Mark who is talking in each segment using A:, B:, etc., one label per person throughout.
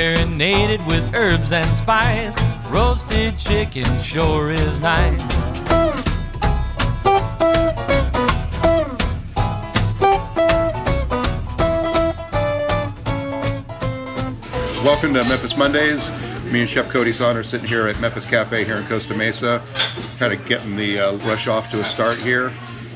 A: Marinated with herbs and spice. Roasted chicken sure is nice.
B: Welcome to Memphis Mondays. Me and Chef Cody Sauner sitting here at Memphis Cafe here in Costa Mesa, kind of getting the uh, rush off to a start here.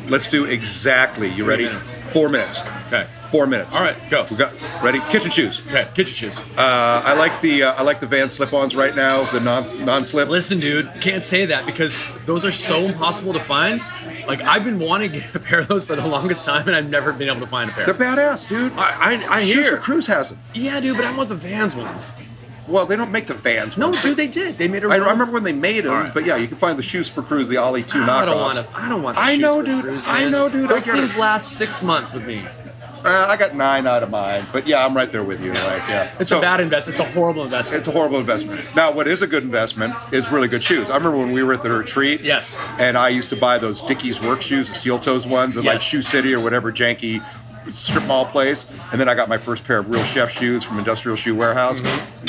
B: Let's do exactly. You ready?
C: minutes.
B: Four minutes.
C: Okay.
B: Four minutes.
C: All right, go.
B: We got ready. Kitchen shoes.
C: Okay, kitchen shoes.
B: Uh, I like the uh, I like the Van slip-ons right now. The non non slips.
C: Listen, dude, can't say that because those are so impossible to find. Like I've been wanting to get a pair of those for the longest time, and I've never been able to find a pair.
B: They're badass, dude.
C: I, I, I
B: Shoes for
C: hear.
B: Cruz has them.
C: Yeah, dude, but I want the Vans ones.
B: Well, they don't make the Vans.
C: No,
B: ones.
C: dude, they did. They made a
B: I remember when they made them,
C: All right. Ah,
B: but yeah, you can find the shoes for Cruz, the Ollie two knockoffs.
C: I don't want to. I don't want.
B: I
C: shoes
B: know,
C: for
B: dude.
C: Cruise,
B: I
C: man.
B: know, dude. I
C: Those
B: get it.
C: things last six months with me.
B: Uh, I got nine out of mine, but yeah, I'm right there with you. Like, yeah,
C: It's
B: So,
C: a bad investment. It's a horrible investment.
B: It's a horrible investment. Now, what is a good investment is really good shoes. I remember when we were at the retreat.
C: Yes.
B: And I used to buy those Dickies work shoes, the steel toes ones, at like
C: Yes.
B: Shoe City or whatever janky strip mall place. And then I got my first pair of real chef shoes from Industrial Shoe Warehouse.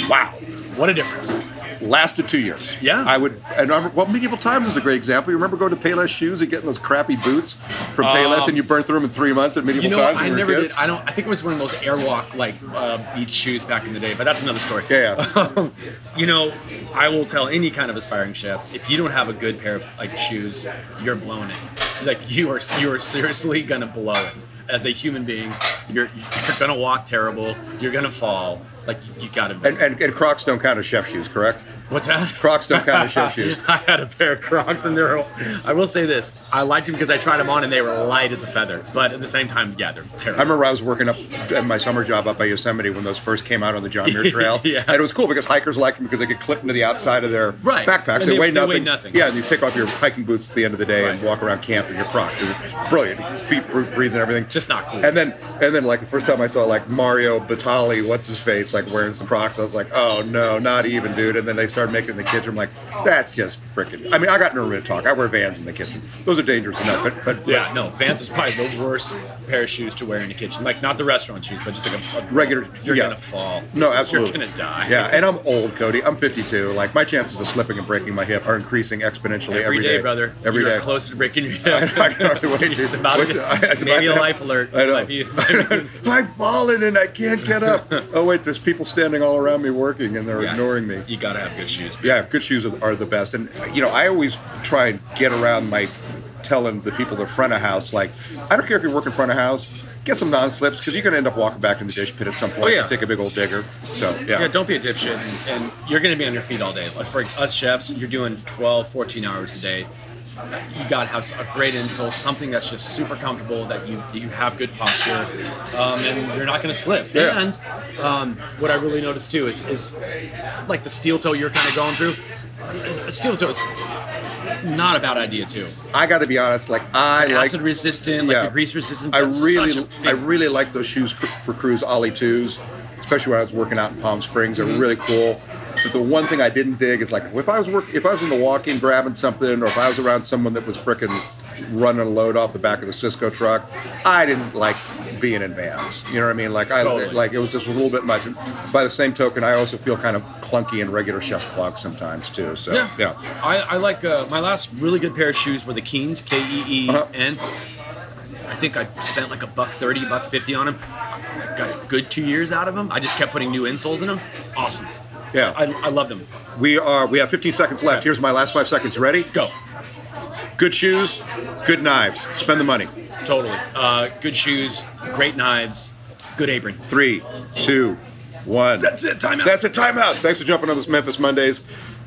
B: Wow.
C: what a difference.
B: Lasted two years.
C: Mm-hmm. Yeah.
B: I would. And I remember, well, medieval times is a great example. You remember going to Payless Shoes and getting those crappy boots from Payless, and you burned through them in three months at medieval
C: Um, You know,
B: times.
C: what? I
B: when we were
C: never did.
B: kids?
C: I don't. I think it was one of those airwalk like uh, beach shoes back in the day, but that's another story.
B: Yeah, yeah.
C: You know, I will tell any kind of aspiring chef if you don't have a good pair of like shoes, you're blowing it. Like you are, you are seriously gonna blow it. As a human being, you're you're gonna walk terrible. You're gonna fall. Like you, you gotta.
B: And,
C: miss-
B: and, and Crocs don't count as chef shoes, correct?
C: What's that?
B: Crocs don't count as chef shoes.
C: I had a pair of Crocs, and they were. I will say this: I liked them because I tried them on, and they were light as a feather. But at the same time, yeah, they're
B: I
C: terrible.
B: remember I was working up at my summer job up by Yosemite when those first came out on the John Muir Trail.
C: Yeah.
B: And it was cool because hikers liked them because they could clip them to the outside of their
C: Right.
B: backpacks.
C: And
B: They,
C: they-
B: weigh,
C: they
B: nothing.
C: weigh nothing.
B: Yeah, and you take off your hiking boots at the end of the day and
C: Right.
B: walk around camp in your Crocs. It was brilliant. Feet br- breathing and everything.
C: Just not cool.
B: And then, and then like the first time I saw like Mario Batali, what's his face, like wearing some Crocs, I was like, oh no, not even, dude. And then they started making it in the kitchen. I'm like, that's just freaking. I mean, I got no room to talk. I wear Vans in the kitchen. Those are dangerous enough, but but
C: yeah, no. Vans is probably the worst pair of shoes to wear in the kitchen. Like not the restaurant shoes, but just like a, a
B: regular.
C: You're
B: yeah.
C: gonna fall.
B: No, absolutely.
C: You're gonna die.
B: Yeah, and I'm old, Cody. I'm 52. Like my chances of slipping and breaking my hip are increasing exponentially
C: Every day, brother.
B: Every
C: You're
B: day.
C: close to breaking your hip.
B: I can hardly wait.
C: It's about
B: Which-
C: to,
B: it's about
C: maybe
B: to
C: a
B: happen.
C: life alert.
B: I know.
C: Might be- might be-
B: I've fallen and I can't get up. oh wait, there's people standing all around me working and they're
C: Yeah.
B: ignoring me.
C: You gotta have good shoes.
B: Yeah, good shoes are are the best. And you know, I always try and get around my telling the people in front of house like, I don't care if you're working front of house, get some non-slips because you're gonna end up walking back in the dish pit at some point.
C: Oh, yeah.
B: Take a big old digger. So
C: Yeah. don't be a dipshit. And, and you're going to be on your feet all day. Like for us chefs, you're doing 12, 14 hours a day. You got to have a great insole, something that's just super comfortable, that you you have good posture, um, and you're not going to slip.
B: Yeah.
C: And um, what I really noticed too is, is like the steel toe you're kind of going through. A steel toe is not a bad idea too.
B: I got to be honest. Like I like,
C: Acid resistant, like
B: yeah.
C: the grease resistant.
B: I
C: that's such
B: really,
C: a
B: I
C: big-
B: really like those shoes cr- for Cruise Ollie twos, especially when I was working out in Palm Springs.
C: Mm-hmm.
B: They're really cool. But the one thing I didn't dig is like if I was work, if I was in the walk-in grabbing something, or if I was around someone that was frickin' running a load off the back of the Cisco truck, I didn't like being in vans. You know what I mean? Like I
C: Totally.
B: like it was just a little bit much. And by the same token, I also feel kind of clunky in regular chef's clogs sometimes too. So
C: Yeah,
B: yeah,
C: I, I like uh, my last really good pair of shoes were the Keens, K E E
B: Uh-huh.
C: N. I think I spent like a buck thirty, buck fifty on them. I got a good two years out of them. I just kept putting new insoles in them. Awesome.
B: Yeah.
C: I, I love them.
B: we are. We have 15 seconds left. Here's my last five seconds. You ready?
C: Go.
B: Good shoes, good knives. Spend the money.
C: Totally. Uh, good shoes, great knives, good apron.
B: Three, two, one.
C: That's it. Timeout.
B: That's it. Timeout. Thanks for jumping on this Memphis Mondays.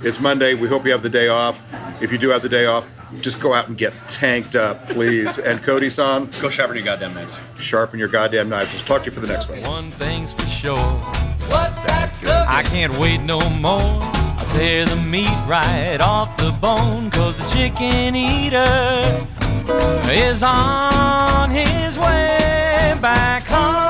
B: It's Monday. We hope you have the day off. If you do have the day off, just go out and get tanked up, please. and Cody San,
C: Go sharpen your goddamn knives.
B: sharpen your goddamn knives. We'll talk to you for the next one.
A: One thing's for sure.
D: What's that cooking?
A: I can't wait no more. I'll tear the meat right off the bone, cause the chicken eater is on his way back home.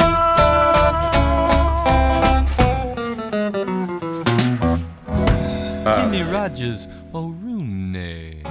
A: Kenny Rogers O'Rooney.